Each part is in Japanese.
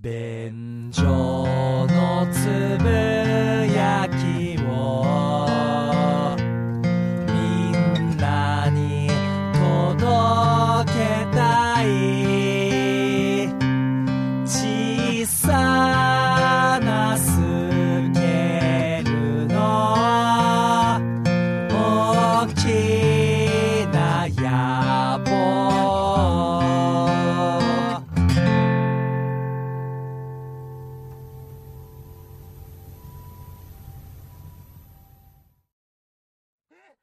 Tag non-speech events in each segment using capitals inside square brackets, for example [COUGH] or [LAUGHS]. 便所のつぶやきをみんなに届けたい小さなスケールの大きな野望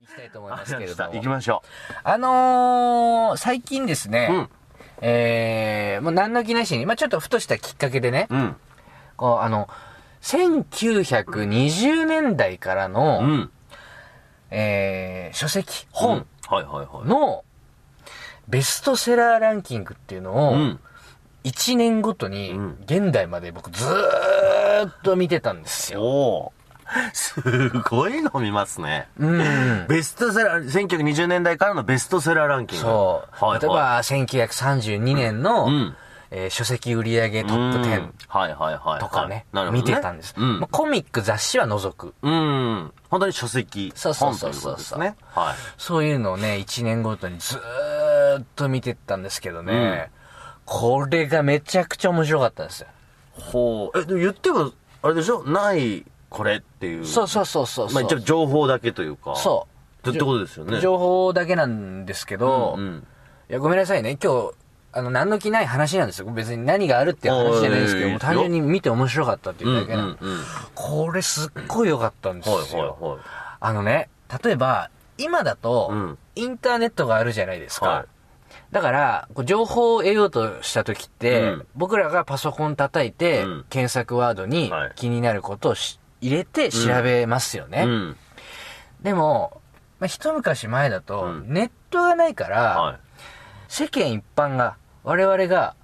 行きたいと思いあまりすがけとうございれどました行もき。ましょあのー、最近ですね、う。うん。えー、もう何の気なしに、まあちょっとふとしたきっかけでね、うん。こう、あの、1920年代からの、うん。えー、書籍、うん本。はいはいはい。の、ベストセラーランキングっていうのうを、ん。 1年ごとにうん、現代まで僕ずーっと見てたんですよ。おーすごい飲みますね。うん。ベストセラー、1920年代からのベストセラーランキング。そう。はいはい、例え、ば、1932年の、うんえー書籍売上トップ10。はいはいはいはい。とかね、なるほど見ねてたんです。うんまあ、。コミック雑誌は除く。うん。本当に書籍。そうそうそうそう本といことですね。はい。そういうのをね、1年ごとにずーっと見てったんですけどね、これがめちゃくちゃ面白かったんですよ。ほう。え、でも言っても、あれでしょない、これっていう。そうそうそうそうそう。まあ、一応情報だけというか。。そうってことですよね。情報だけなんですけど、うんうんいや、ごめんなさいね、今日、あの、何の気ない話なんですよ。別に何があるっていう話じゃないですけどあいいも、ですよ単純に見て面白かったっていううんうだけなんんうん。これすっごい良かったんですよ。はいはいはいあのね、例えば、今だとうん、インターネットがあるじゃないですか。はいだから、こう情報を得ようとした時って、うん僕らがパソコン叩いて、うん検索ワードにはい気になることをし入れて調べますよね。うん。でも、まあ、一昔前だと、うんネットがないから、はい。世間一般が、我々が、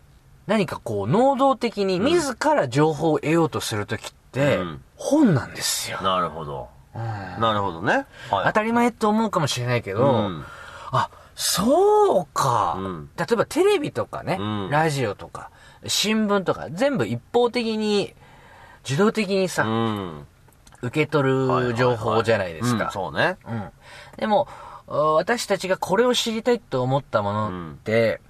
何かこう、能動的に自ら情報を得ようとする時って、うん本なんですよ。なるほど。うんなるほどね。はい。当たり前と思うかもしれないけど、うんあ、そうか、うん例えばテレビとかね、うんラジオとか、新聞とか、全部一方的に、自動的にさ、うん。受け取る情報じゃないですうんか。そうね。うんでも、お私たちがこれを知りたいと思ったものって、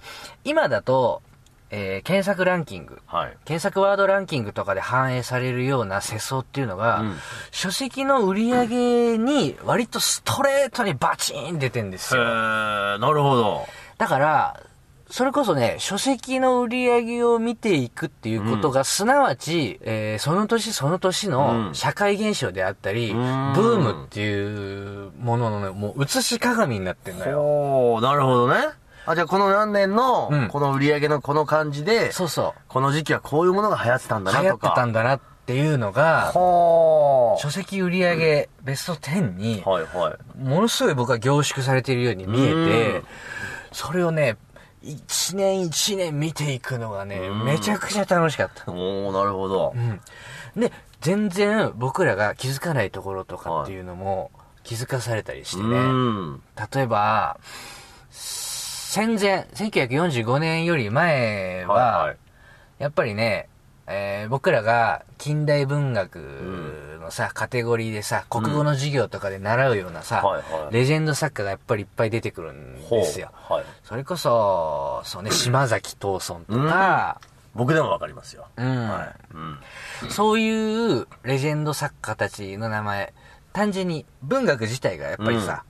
今だと、えー検索ランキング、はい。検索ワードランキングとかで反映されるような世相っていうのが、うん書籍の売り上げに割とストレートにバチーン出てんですへよ。ーなるほど。だから、それこそね、書籍の売り上げを見ていくっていうことが、すなわち、えーその年その年うのん社会現象であったり、うんブームっていうもののね、もう映し鏡になってんだよ。おーなるほどね。あ、じゃあこの何年の、うんこの売り上げのこの感じで、そうそこの時期はこういうものが流行ってたんう。だ流行なとってか。たんだなっていうのが、ほー書籍売り上げベスト10に、はいはい。ものすごい僕は凝縮されているように見えうてん、それをね、一年一年見ていくのがね、うんめちゃくちゃ楽しかった。おーなるほど。で、全然僕らが気づかないところとかっていうのも気づかされたりしてうね。ん。例えば、戦前、1945年より前は、はいはい。やっぱりね、えー僕らが近代文学のさ、カテゴリーでさ、国語の授業とかで習うようなさ、はいはいレジェンド作家がやっぱりいっぱい出てくるんほうですよ。はい。それこそ、そう [CLEARS THROAT] ね、島崎藤村とか、僕でもわかりますよ。うんはい。うん。そういうレジェンド作家たちの名前、単純に文学自体がやっぱりさ、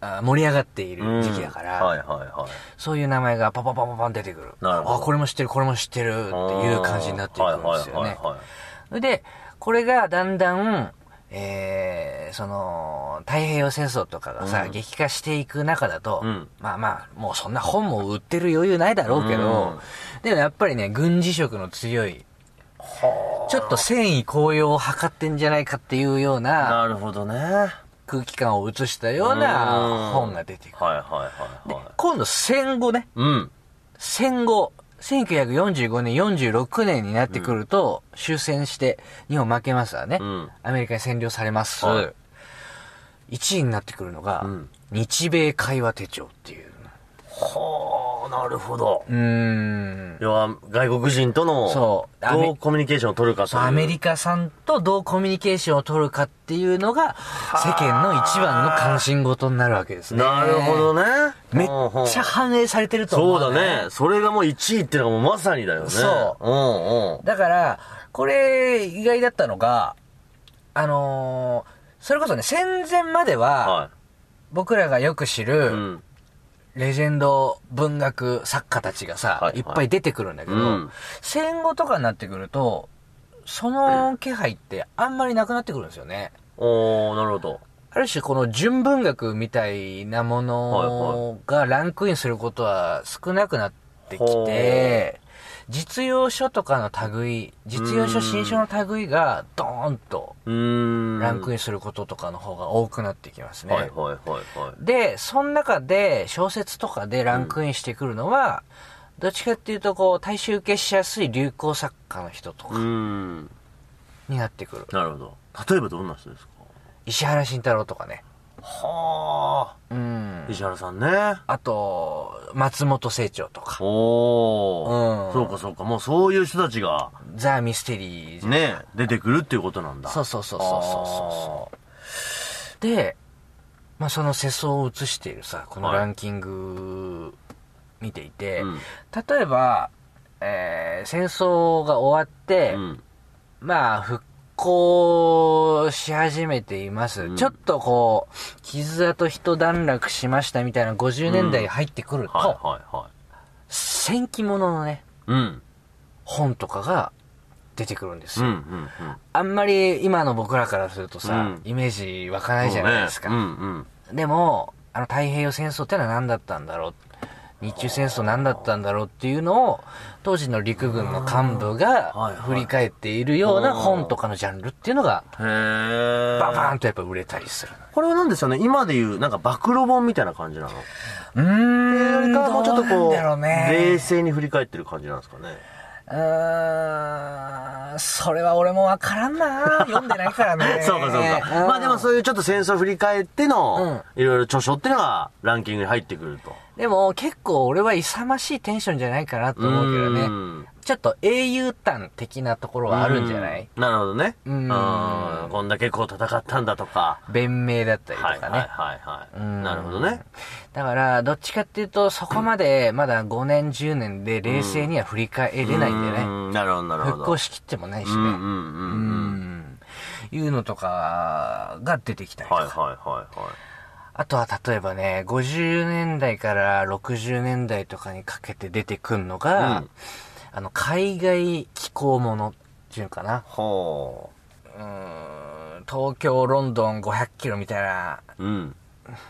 あ盛り上がっている時期だから、うんはいはいはい。そういう名前がパパパパパン出てくる。なるほどあ、これも知ってる、これも知ってるっていう感じになっていくんですよはいはいねはい。はいそれで、これがだんだん、えー、その、太平洋戦争とかがさ、うん激化していく中だと、うんまあまあ、もうそんな本も売ってる余裕ないだろうけど、でもやっぱりね、軍事色の強い、ちょっと戦意高揚を図ってんじゃないかっていうようななるほどね。はい空気感を映したよううなん本が出てくる。はいはいはい。今度戦後ね、うん。戦後、1945年、46年になってくると、終戦して、日本負けますわね。うんアメリカに占領されます。は1位になってくるのが、ん日米会話手帳っていう。はあ、なるほど。うーん。要は、外国人との、そうアメどうコミュニケーションを取るかという。アメリカさんとどうコミュニケーションを取るかっていうのが、世間の一番の関心事になるわけですね。なるほどね。めっうんうんちゃ反映されてると思そうう、だ。ね。それがもう1位ってのがもうまさにだよね。。そううんうん。だから、これ、意外だったのが、あのーそれこそね、戦前までは、は僕らがよく知い。うる、ん。レジェンド文学作家たちがさ、はいいっぱい出てくるんだけど、うん戦後とかになってくると、その気配ってあんまりなくなってくるんですよね。おー、なるほど。ある種この純文学みたいなものがランクインすることは少なくなってきほてう、実用書とかの類、実用書、うん新書の類がドーンとうーん。ランクイインすることとかの方が多くなってきますね。はいはいはいはい。で、その中で小説とかでランクインしてくるのは、どっちかっていうとこう、大衆受けしやすい流行作家の人とうーかん。になってくる。なるほど。例えばどんな人ですか石原慎太郎とかね。はうんあ。。石原さんね。あと、松本清張とか。おー。うんそうかそうか。もうそういう人たちが、ザ・ミステリーじゃんね、出てくるっていうことなんだ。そうそうそうそうそうそうで、まあ、その世相を映しているさこのはいランキング見ていて、うん例えば、えー戦争が終わって、うん。まあ復興し始めています、うんちょっとこう傷跡一段落しましたみたいな50年代入ってくると、はいはいはい。戦記もののねうん。本とかが出てくるんですうんうよ、んうん。あんまり今の僕らからするとさ、うんイメージ湧かないじゃないですか。そうねうんうん。でも、あの太平洋戦争ってのは何だったんだろう。日中戦争何だったんだろうっていうのを、当時の陸軍の幹部はがいはい振り返っているようなうん本とかのジャンルっていうのが、へー。ババーンとやっぱ売れたりする。これは何ですよね今でいう、なんか暴露本みたいな感じなのうーよりかはもうちょっとこう、どなんだろう冷ね。静に振り返ってる感じなんですかね。うーん、それは俺もわからんな読んでないからね。 [LAUGHS] そうかそうか。んまあでもそういうちょっと戦争振り返っての、いろいろ著書っていうのがランキングに入ってくると。でも結構俺は勇ましいテンションじゃないかなと思うけどうね。んちょっと英雄譚的なところはあるんじゃないなるほどね。うんうんこんだけこう戦ったんだとか。弁明だったりとはいはかいはいね。はい。うんなるほどね。だから、どっちかっていうと、そこまでまだ5年、10年で冷静には振り返れないんだよね。うんなるほどなるほど。復興しきってもないしうね。んううんうんうん。んいうのとかが出てきたりとか。はいはいはいはい。あとは例えばね、50年代から60年代とかにかけて出てくるのが、うんあの、海外気候ものっていうのかな。ほうーん、東京、ロンドン500キロみたいな、う。うん。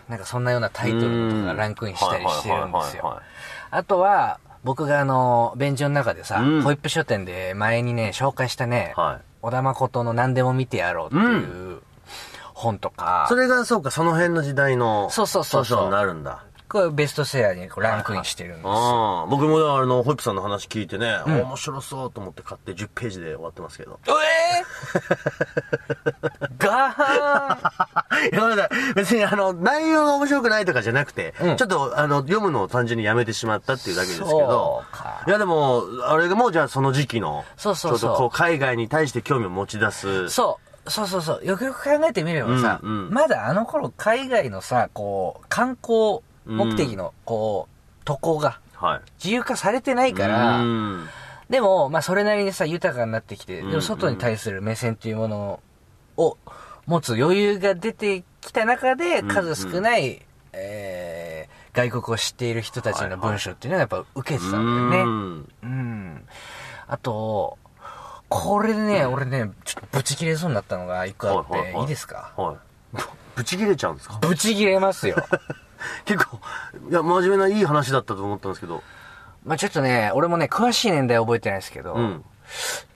なんかそんなようなタイトルとかがランクインしたりしてるんですはいはいはいはいよは。あとは、僕があの、便所の中でさ、うんホイップ書店で前にね、紹介したね、はい小田誠の何でも見てやろうっていう、本とか、それがそうか、その辺の時代のそうそうそうそう著書になるんだ。これベストセラーにこうランクインしてるんですよ。ああ、僕もだからあの、ホイップさんの話聞いてね、面白そうと思って買って10ページで終わってますけど。ええガーンいや、まだ別にあの、内容が面白くないとかじゃなくて、うんちょっとあの、読むのを単純にやめてしまったっていうだけですけそどうか、いやでも、あれがもうじゃあその時期の、そうそうそうちょっとこう、海外に対して興味を持ち出す。そう。そうそうそう。よくよく考えてみればさ、うんうんまだあの頃海外のさ、こう、観光目的の、こう、渡航がはい。自由化されてないから、うんでも、まあ、それなりにさ、豊かになってきて、でうんうもん外に対する目線というものを持つ余裕が出てきた中で、んうん数少ない、えー外国を知っている人たちの文章っていうのはやっぱ受けてたんだよね。うんうん。あと、これね、俺ね、ちょっとブチ切れそうになったのが一個あって、はいはいはですかはい。ぶち切れちゃうんですかブチ切れます [LAUGHS] よ。結構、いや、真面目ないい話だったと思ったんですけど。まあちょっとね、俺もね、詳しい年代覚えてないですけど、うん。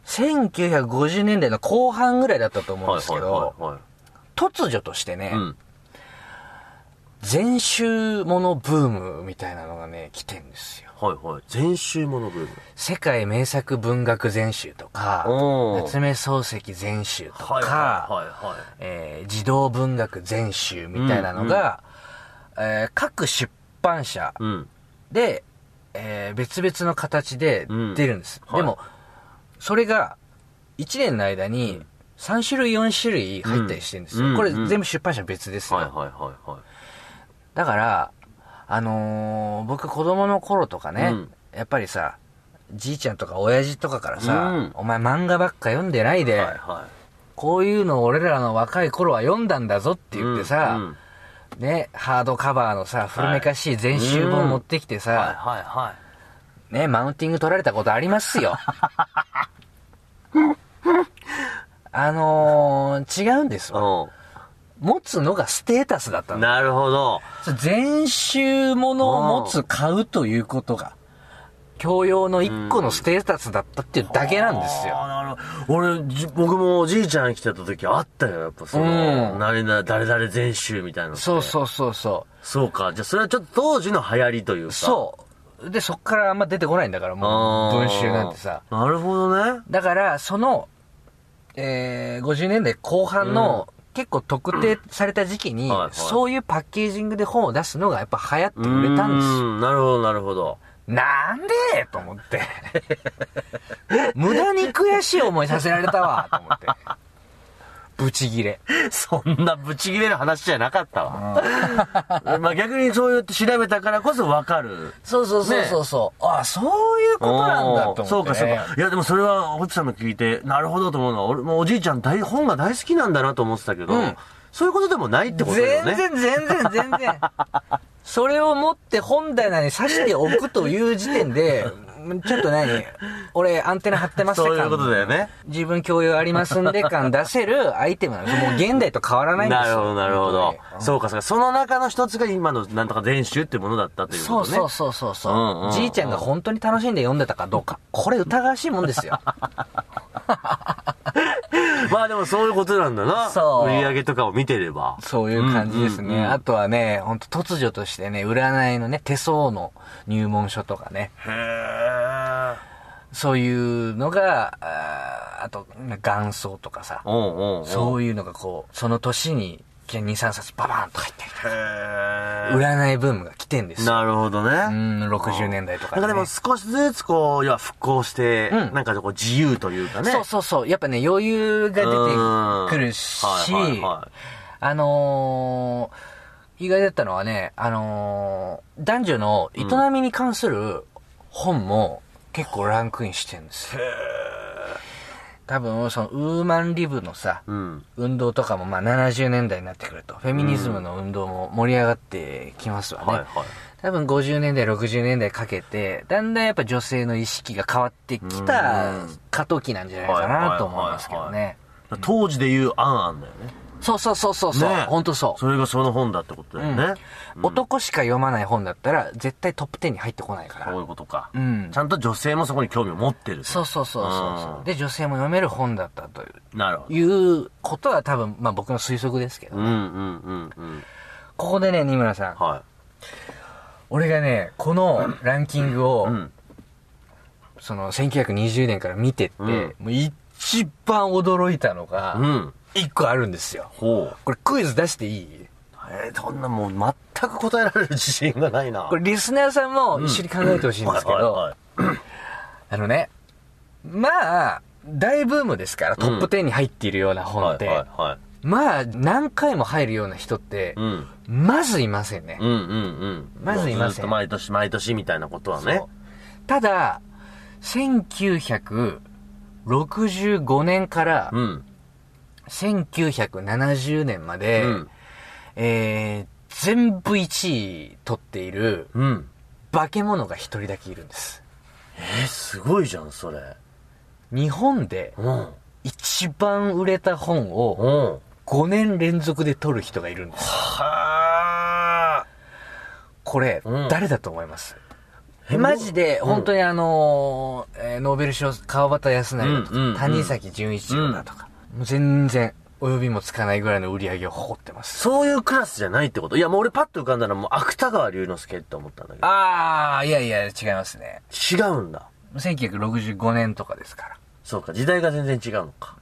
1950年代の後半ぐらいだったと思うんはいですけはいど、はいは突如としてね、い。うん。全集ものブームみたいなのがね、来てんですよ。はいはい。全集ものブーム。世界名作文学全集とか、おー夏目漱石全集とか、はいはいはいはい。えー児童文学全集みたいなのが、えー各出版社うん。で、えー別々の形で出るんです。うんはでいも、それが、1年の間に、3種類、4種類入ったりしてるんですよ。うんこれうん全部出版社別ですよ。はいはいはいはい。だから、あのー僕子供の頃とかね、うんやっぱりさ、じいちゃんとか親父とかからさ、うんお前漫画ばっか読んでないで、はいはこういうの俺らの若い頃は読んだんだぞってい。言ってさ、うんうんね、ハードカバーのさ、古めかしい全集本持ってきてさ、はいはいはね、マウンティング取られたことあります [LAUGHS] よ。あのー、違うんですよ。い。持つのがステータスだったうん。の。なるほど。全集ものを持うつ、買うということが、教養の一個のステータスだったっていうだけなんですよ。あーなるほど。俺、じ僕もおじいちゃん来てた時あったよ。やっぱその、うん誰々、誰々全集みたいなのって。そうそうそうそう。そうか。じゃあそれはちょっと当時の流行りというか。そう。で、そっからあんま出てこないんだから、もう、文集なんてさ。あー。なるほどね。だから、その、えー、50年代後半の、結構特定された時期に、はいはいそういうパッケージングで本を出すのがやっぱ流行ってくれたんですよ。すなるほど、なる [LAUGHS] ほど。なんでと思って。無駄に悔しい思いさせられたわ、と思って。ブチギレ。そんなブチ切れる話じゃなかったわ。 [LAUGHS] まあ逆にそうやって調べたからこそわかる。そうそうそうそうそう。ああ、そういうことなんだと思って、ね。そうかそうか。いやでもそれは、ホッチさんの聞いて、なるほどと思うのは、俺もおじいちゃん大、本が大好きなんだなと思ってたけど、うんそういうことでもないってことだよね。全然全然全然それを持って本棚に刺しておくという時点でちょっと何俺アンテナ張ってますそういうことだよね自分教養ありますんで感出せるアイテムなんですもう現代と変わらないんですよなるほど、なるほ本ど。そうか、そうか。その中の一つが今のなんとか全集っていうものだったと当いにうそこうとね。そうそうそうそう、うんうんじいちゃんが本当に楽しんで読んでたかどうかこれ疑わしいもんです [LAUGHS] よまあでもそういうことなんだな。そう売り上げとかを見てれば。そういう感じですね、うんうんうんあとはね本当突如としてね占いのね手相の入門書とかねへー。そういうのが、あーあと、元祖とかさ、おうおうおうそういうのがこう、その年に、2、3冊ババーンと入ってる。へー占いブームが来てんですよ。なるほどね。うん、60年代とか、なね。んかでも少しずつこう、要は復興して、うんなんかこう自由というかね。そうそうそう。やっぱね、余裕が出てくるし、うんはいはいはいあのー意外だったのはね、あのー男女の営みに関する本も結構ランクインしてるんですよ。多分、その、ウーマンリブのさ、うん。運動とかもまあ70年代になってくると、フェミニズムの運動も盛り上がってきますわね。はいはい。多分50年代、60年代かけて、だんだんやっぱ女性の意識が変わってきた過渡期なんじゃないかなと思いますけどはいはいはいね。当時で言うアンアンだよね。そうそうそうそうそう、ね本当そう。それがその本だってことだよね。うん男しか読まない本だったら絶対トップ10に入ってこないから。そういうことか。うんちゃんと女性もそこに興味を持ってる。そうそうそうそうそうう。んで、女性も読める本だったというなるほど。いうことは多分、まあ僕の推測ですけど。うんうんうんうん。ここでね、二村さん。は俺がね、このランキングを、い。うん。その1920年から見てって、うんもう一番驚いたのうが、ん。一個あるんですよ。ほう。これクイズ出していいえー、そんなもう全く答えられる自信がないな。これリスナーさんも一緒に考えてほしいんですけはいはいどは、あのね、まあ、大ブームですから、トップ10に入っているような本っい。はいては、いはい。まあ、何回も入るような人ってう、ん。まずいませんねう。んうんうん。まずいませんずっと毎年毎年みたいなことはね。ただ、1965年からうん。 1970年まで、うん。えー全部1位取っているうん。化け物が一人だけいるんです。えー、すごいじゃん、それ。日本でうん。一番売れた本をうん。 5年連続で取る人がいるんです。はこれうん、誰だと思いますえマジで、本当にあのーえーノーベル賞、川端康成だとうんうんうんか、谷崎潤一郎だとか、もう全然、及びもつかないぐらいの売り上げを誇ってます。そういうクラスじゃないってこといや、もう俺パッと浮かんだらもう芥川龍之介って思ったんだあー、いやいや、違いますね。けど。違うんだ。 1965年とかですから。そうか、時代が全然違うのか。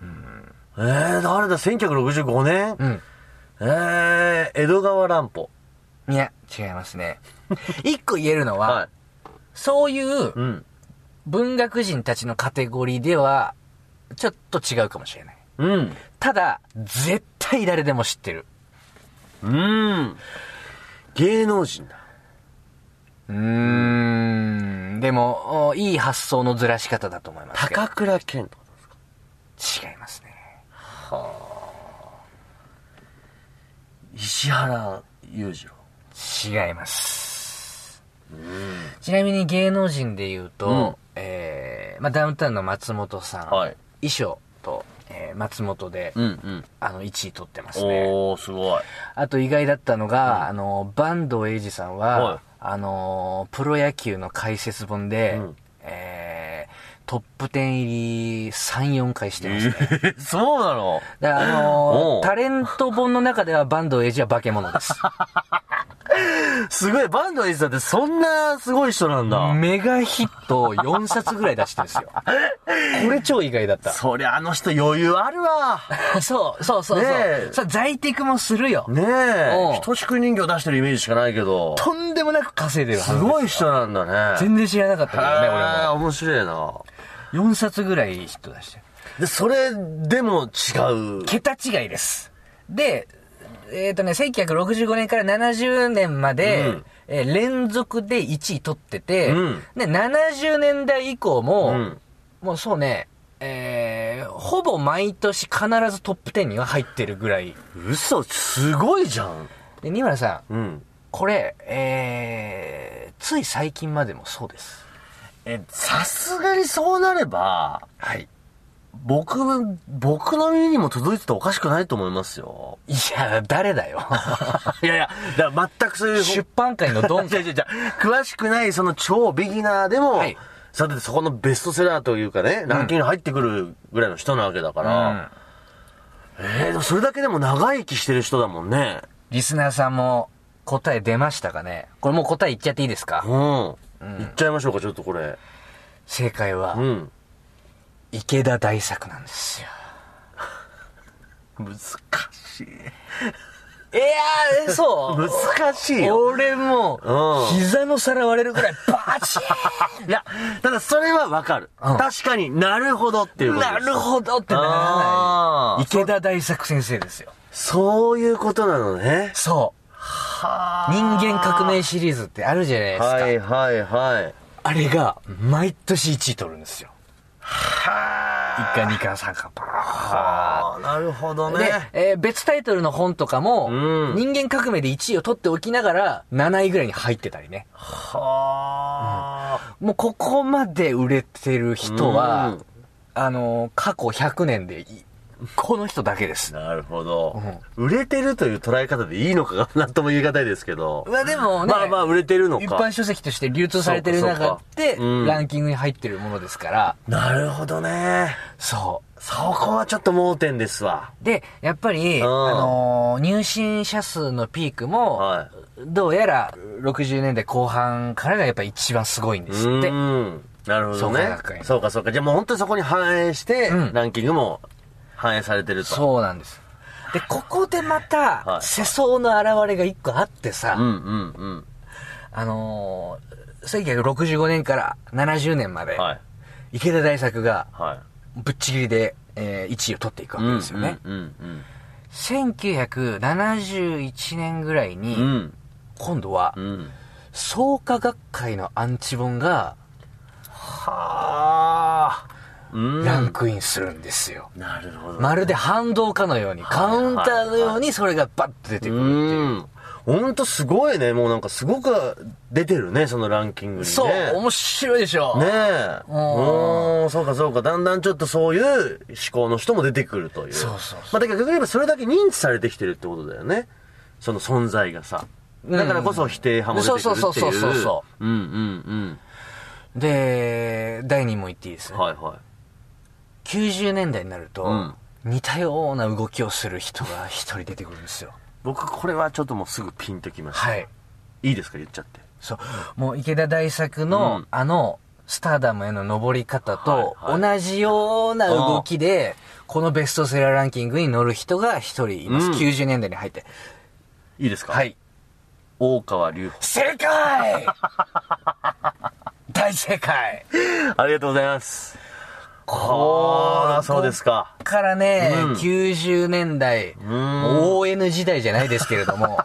えー、誰だ、1965年、うん。えー、江戸川乱歩。 [LAUGHS] いや、違いますね。一個言えるのは、はい。そういううん。文学人たちのカテゴリーでは、ちょっと違うかもしれない。うん。ただ、絶対誰でも知ってる。うん。芸能人だ。うーん。でも、おいい発想のずらし方だと思いますけど。高倉健とかですか違いますね。石原裕次郎。違います。ちなみに芸能人で言うと、うんえーまあ、ダウンタウンの松本さん、はい衣装と、えー松本で、うんうん。あの、1位取ってますね。おー、すごい。あと意外だったのが、あの、坂東英二さんは、はいあのー、プロ野球の解説本で、うんえートップ10入り3、4回してますね。えー [LAUGHS] そうなのだからあのおうータレント本の中では坂東英二は化け物 [LAUGHS] です。すごい、バンドエイジさんってそんなすごい人なんだ。メガヒットを4冊ぐらい出してるんですよ。これ超意外だった。そりゃあの人余裕ある [LAUGHS] わ。 [LAUGHS] そうそうそうそう。ねえそう在宅もするよ。ねうんえ。等しく人形出してるイメージしかないけど。とんでもなく稼いでるはずすですごい人なんだね。全然知らなかったけどね、へー面白いな。俺も。4冊ぐらいヒット出してる。で、それでも違う。桁違いです。で、えっ、とね、1965年から70年まで、うんえー連続で1位取ってて、うんで、70年代以降も、うんもうそうね、えーほぼ毎年必ずトップ10には入ってるぐらい。嘘、すごいじゃん。で、二村さん、うん。これ、えーつい最近までもそうです。え、さすがにそうなれば、はい。僕、僕の耳にも届いてておかしくないと思いますよ。いや、誰だ [LAUGHS] よ。いやいや、だから全くそういう。出版界のドン [LAUGHS] じゃじゃじゃ詳しくないその超ビギナーでも、はいさてそこのベストセラーというかね、ランキングに入ってくるぐらいの人なわけだから、えー、でもそれだけでも長生きしてる人だもんね。リスナーさんも答え出ましたかねこれもう答え言っちゃっていいですかうん。行っちゃいましょうか、ちょっとこれ。正解うは、ん。池田大作なんですよ。難しい。いやー、そう難しいよ。 [LAUGHS] 俺もう、うん膝の皿割れるぐらいバチ [LAUGHS] いや、ただそれはわかる。うん確かになるほどっていーうンことですなるほどってならあない。ー池田大作先生ですよ。そういうことなのね。そう。人間革命シリーズってあるじゃないですか。はいはいはい。あれが、毎年1位取るんですよ。は1巻、2巻、3巻、パああ、なるほどーン。で、えー別タイトルの本とかも、うん人間革命で1位を取っておきながら、7位ぐらいに入ってたりね。はあ、もうここまで売れてる人は、うんあのー過去100年でい、この人だけです。なるほど、売れてるという捉え方でいいのかなんとも言い難いですけど。まあでもね、まあまあ売れてるのか。一般書籍として流通されてる中そうで、かそうかうんランキングに入ってるものですから、なるほどね。そう。そこはちょっと盲点ですわ。で、やっぱり、うんあのー入信者数のピークも、はどうやら60年代後半からがやっぱ一番すごいんでうすって。ーん。なるほど創価ね学。園そうかそうか。じゃあもう本当にそこに反映して、うんランキングも反映されてると。そうなんです。で、ここでまはた、い世相の現れが一個あってさ、うんうんうん。あのー、1965年から70年まで、はい。池田大作がはい。ぶっちぎりで、え1位を取っていくわけですよね。うんうん1971年ぐらいに、うん。うん。今度はう、ん。創価学会のアンチ本が、はあ。うん。ランクインするんですよ。なるほど。まるで反動かのように、カウンターのようにそれがバッと出てうくる。ん。ほんとすごいね。もうなんかすごく出てるね、そのランキングにね。そう、面白いでしょ。ねえ。ううんーん、そうかそうか。だんだんちょっとそういう思考の人も出てくるという。そうそうそうまあだけど逆に言えばそれだけ認知されてきてるってことだよね。その存在がさ。だからこそ否定派も出てくるっていう。。そうそうそうそうそうそううんうんで、第2問言っていいですうねん。。はいは90年代になると、うん似たような動きをする人が一人出てくるんですよ。い。僕これはちょっともうすぐピンときました。はい。いいですか言っちゃって。そう。もう池田大作の、うんあの、スターダムへの上り方とはいは同じような動きで、このベストセラーランキングに乗る人が一人います。うん90年代に入って。いいですかは。い。 [LAUGHS] 大川隆法。正解大正解ありがとうございます。ああ、そうですか。からね、90年代、ON 時代じゃないですけれども、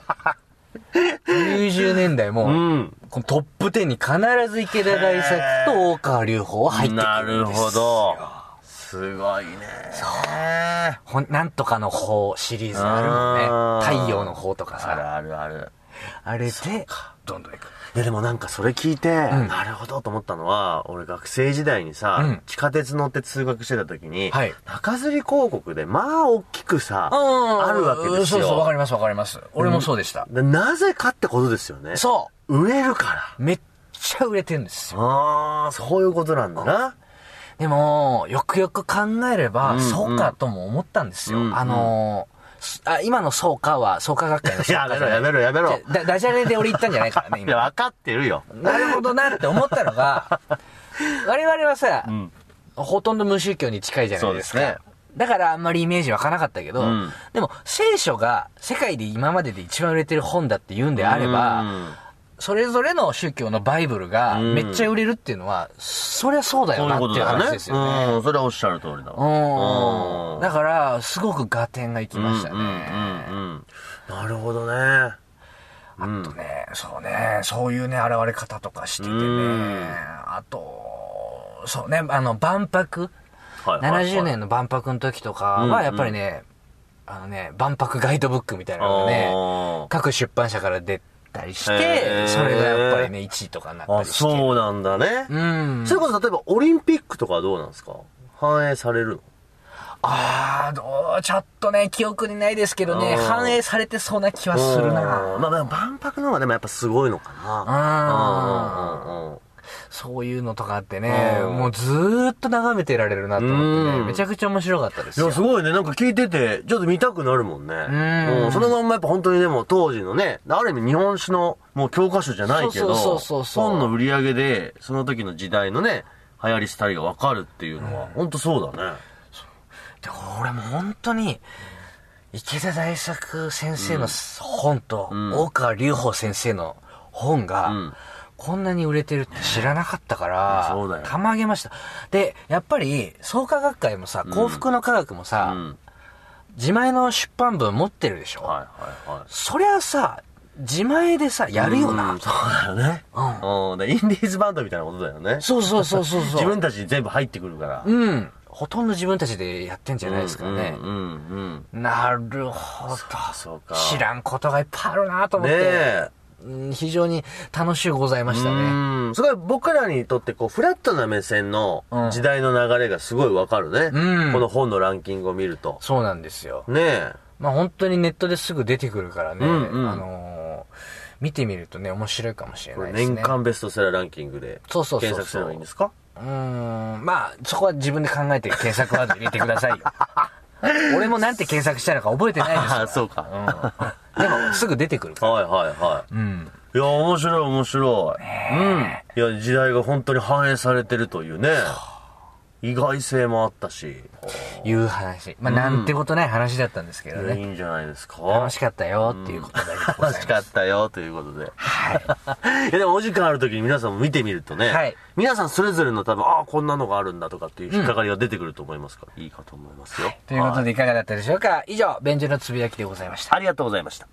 90年代も、うん。このトップ10に必ず池田大作と大川隆法は入ってくなるるんです。ほど。すごいね。そう。ほんなんとかの方シリーズあるもんね。あー太陽の方とかあるさ。あるある。あれで、どんどんいく。いやでもなんかそれ聞いて、んなるほどと思ったのは、俺学生時代にさ、うん地下鉄乗って通学してた時に、はい中吊り広告で、まあ大きくさ、あるわけですよ。そうそう、わかりますわかります。俺もそうでした。でなぜかってことですよね。そ売れるから。うめっちゃ売れてるんですよ。ああ、そういうことなんだな。でも、よくよく考えれば、うんうんそうかとも思ったんですよ。うんうんあのーすあ、今のそうかは、創価学会のそうかじゃない [LAUGHS] やめろやめろやめろじゃだダジャレで俺言ったんじゃないからね、 [LAUGHS] いや、今。わかってるよ。なるほどなって思ったのが、 [LAUGHS] 我々はさ、んほとんど無宗教に近いじゃないですか。そうですだからあんまりイメージ湧かなかったけど、うんでも聖書が世界で今までで一番売れてる本だって言うんであれば、うんそれぞれの宗教のバイブルがんめっちゃ売れるっていうのは、そりゃそうだそよういうなこっとていうだ話ね。ですよね。うん、それはおっしゃる通りだわ。うん。だかから、すごく合点がいきましたね。うんうんうん。なるほどね。あとね、そうね、そういうね、現れ方とかしててうんね。あと、そうね、あの、万博。はいはいはい70年の万博の時とかは、やっぱりね、あのね、万博ガイドブックみたいなのがね、あー各出版社から出たりしへて、ーそれがやっぱりね、1位とかになったあ、りして。そうなんだね。うん。それこそ例えばオリンピックとかはどうなんですか反映されるのああ、どうちょっとね、記憶にないですけどね、うん反映されてそうな気はするな。うんまあまあ万博の方がでもやっぱすごいのかな。うんうんうんそういうのとかあってね、うんもうずーっと眺めてられるなと思ってうね、んめちゃくちゃ面白かったですいよ。や、すごいね。なんか聞いてて、ちょっと見たくなるもんね。うんそのまんまやっぱ本当にでも当時のね、ある意味日本史のもう教科書じゃないけそうど、そうそうそうそう本の売り上げで、その時の時代のね、流行りしたりがわかるっていうのは、本当そうだね。で俺も本当に、池田大作先生の本と、ん大川隆法先生の本うがん、こんなに売れてるって知らなかったから、そうだよたまげました。で、やっぱり、創価学会もさ、幸福の科学もうさ、ん。自前の出版文持ってるでしょ、はいはいはい。そりゃさ、自前でさ、やるよな。うんそうだよね。うん。でインディーズバンドみたいなことだよね。そうそうそうそうそう。 [LAUGHS] 自分たちに全部入ってくるから。うん。ほとんど自分たちでやってんじゃないですかね。うんうんうん。なるほど。そうか。知らんことがいっぱいあるなと思っねて、え。うん非常に楽しゅうございましたね。うんすごい僕らにとってこうフラットな目線のうん時代の流れがすごいわかるね、うんこの本のランキングを見るとそうなんですよ。ねえまあ本当にネットですぐ出てくるからね、うんうんあのー見てみるとね、面白いかもしれこなれいです年ね。間ベストセラーランキングでそうそうそうそう検索すればいいんですかうーん、まあ、そこは自分で考えて検索ワード入れてくだ [LAUGHS] さいよ。俺もなんて検索したのか覚えてないですかあらあそうか、 [LAUGHS] でも、すぐ出てくるから。はいはいはいうん。いや面白い面白い、うんいや時代が本当に反映されてるというね意外性もあったし、いう話。まあ、なんてことない話だったんですけどいやいね。いんじゃないですか楽しかったよっていうことだけでございます。楽しかったよということで。 [LAUGHS] はい。いやでもお時間ある時に皆さんも見てみるとね、はい皆さんそれぞれの多分、ああ、こんなのがあるんだとかっていう引っかかりが出てくると思いますから、いいかと思いますよ。ということはいで、いかがだったでしょうか以上、ベンジュのつぶやきでございました。ありがとうございました。